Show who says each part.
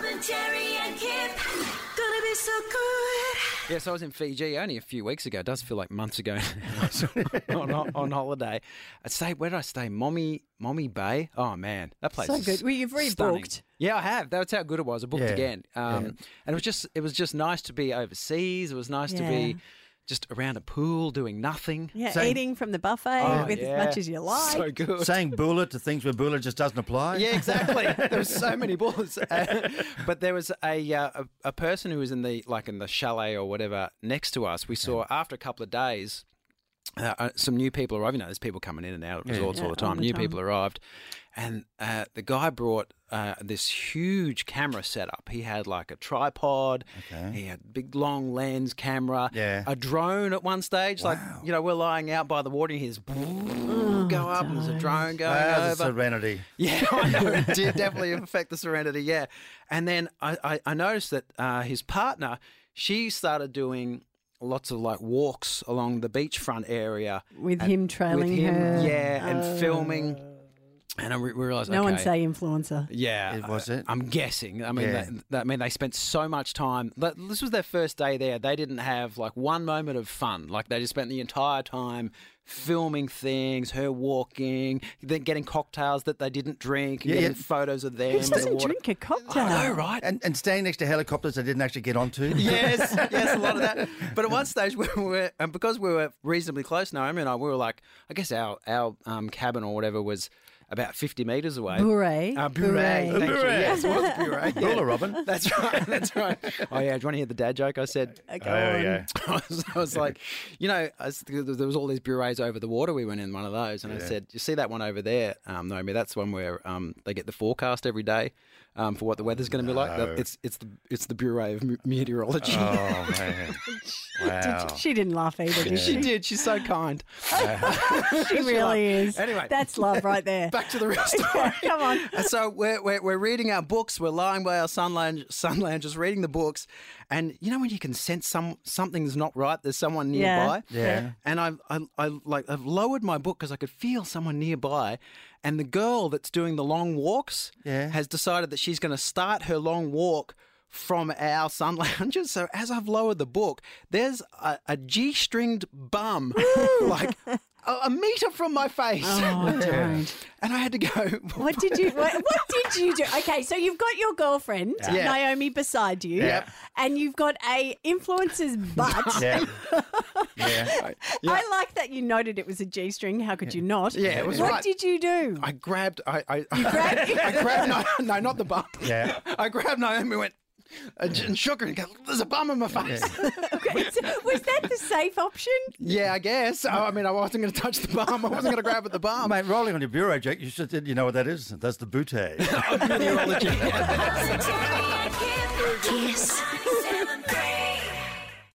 Speaker 1: Jerry and Kip. Gonna be so good.
Speaker 2: Yes, I was in Fiji only a few weeks ago. It does feel like months ago now. on, on holiday. I stayed, where did I stay? Mommy, Mommy Bay. Oh, man, that place
Speaker 3: So
Speaker 2: is
Speaker 3: good. Well, you've rebooked.
Speaker 2: stunning. Yeah, I have. That's how good it was. I booked
Speaker 4: Yeah.
Speaker 2: again. Um, And it was just, it was just nice to be overseas. It was nice to
Speaker 3: Yeah.
Speaker 2: be just around a pool doing nothing.
Speaker 3: Yeah,
Speaker 4: Same.
Speaker 3: eating from the buffet with
Speaker 2: Oh, Yeah.
Speaker 3: as much as you like.
Speaker 2: So good.
Speaker 4: Saying Bula to things where Bula just doesn't apply.
Speaker 2: Yeah, exactly. there was so many balls, Uh, but there was a, uh, a a person who was in the like in the chalet or whatever next to us. We saw after a couple of days. Uh, uh, some new people arrived. You know, there's people coming in and out of resorts all the
Speaker 3: all
Speaker 2: time.
Speaker 3: the
Speaker 2: new
Speaker 3: time.
Speaker 2: people arrived, and uh, the guy brought uh, this huge camera setup. He had like a tripod. He had big long lens camera.
Speaker 4: Yeah.
Speaker 2: A drone at one stage. Like you know, we're lying out by the water. And he hears
Speaker 3: Oh,
Speaker 2: go up, and there's a drone going
Speaker 4: Ah, the
Speaker 2: over.
Speaker 4: serenity.
Speaker 2: Yeah, I know. It did definitely affect the serenity. Yeah. And then I, I, I noticed that uh, his partner, she started doing lots of like walks along the beachfront area
Speaker 3: With
Speaker 2: and-
Speaker 3: him trailing
Speaker 2: with him,
Speaker 3: her. Oh.
Speaker 2: Yeah, and filming. And I re- realized,
Speaker 3: No
Speaker 2: okay,
Speaker 3: one say influencer.
Speaker 2: yeah,
Speaker 4: It was it?
Speaker 2: I'm guessing. I mean,
Speaker 4: Yeah.
Speaker 2: that, that, I mean, they spent so much time. But this was their first day there. They didn't have like one moment of fun. Like they just spent the entire time filming things, her walking, then getting cocktails that they didn't drink, and
Speaker 4: Yeah,
Speaker 2: getting
Speaker 4: yeah.
Speaker 2: photos of them.
Speaker 3: Who
Speaker 2: in the
Speaker 3: doesn't
Speaker 2: water.
Speaker 3: drink a cocktail?
Speaker 2: I know, right?
Speaker 4: And, and staying next to helicopters I didn't actually get onto.
Speaker 2: yes, yes, a lot of that. But at one stage, we were, and because we were reasonably close, Naomi and I, we were like, I guess our our um, cabin or whatever was about fifty meters away.
Speaker 3: Bure.
Speaker 2: Uh, Bure.
Speaker 3: Bure.
Speaker 2: Thank you. Yes, it was Bure. yeah.
Speaker 4: Bula, Robin.
Speaker 2: That's right. That's right. Oh yeah. Do you want to hear the dad joke? I said.
Speaker 3: Okay,
Speaker 4: Oh,
Speaker 3: on.
Speaker 4: yeah.
Speaker 2: I was, I was like, you know, I was, there was all these bureaus over the water. We went in one of those, and I said, "You see that one over there, um, Naomi? That's one where um, they get the forecast every day um, for what the weather's going to be like. That- It's it's the it's the bureau of M- meteorology."
Speaker 4: Oh, man. Wow.
Speaker 3: She didn't laugh either, did
Speaker 2: she
Speaker 3: she?
Speaker 2: did. She's so kind.
Speaker 3: She really is.
Speaker 2: Anyway.
Speaker 3: That's love right there.
Speaker 2: Back to the real story.
Speaker 3: Come on.
Speaker 2: And so we're, we're, we're reading our books. We're lying by our sun lounge, sun lounges, reading the books. And you know when you can sense some something's not right. There's someone
Speaker 3: Yeah.
Speaker 2: nearby.
Speaker 4: Yeah.
Speaker 2: And I've I, I like I've lowered my book because I could feel someone nearby. And the girl that's doing the long walks
Speaker 4: Yeah.
Speaker 2: has decided that she's going to start her long walk. From our sun lounges. So, as I've lowered the book, there's a, a G stringed bum, like a, a meter from my face.
Speaker 3: Oh, don't.
Speaker 2: And I had to go,
Speaker 3: What did you what, what did you do? Okay, so you've got your girlfriend,
Speaker 2: Yeah.
Speaker 3: Naomi, beside you.
Speaker 4: Yep.
Speaker 3: And you've got a influencer's butt.
Speaker 4: Yeah. yeah.
Speaker 3: I like that you noted it was a G string. How could you not?
Speaker 2: Yeah, it was
Speaker 3: What
Speaker 2: right.
Speaker 3: did you do?
Speaker 2: I grabbed. I. I,
Speaker 3: grabbed-
Speaker 2: I grabbed. No, no, not the bum.
Speaker 4: Yeah.
Speaker 2: I grabbed Naomi. Went and j- and shook her and go. There's a bum in my face. Yeah,
Speaker 3: Okay, so was that the safe option?
Speaker 2: I guess. I, I mean, I wasn't going to touch the bum. I wasn't going to grab at the
Speaker 4: Oh,
Speaker 2: bum.
Speaker 4: mate, rolling on your bureau, Jack, you should you know what that is? That's the bootay.
Speaker 1: Jerry and Kip. Kiss. 97.3.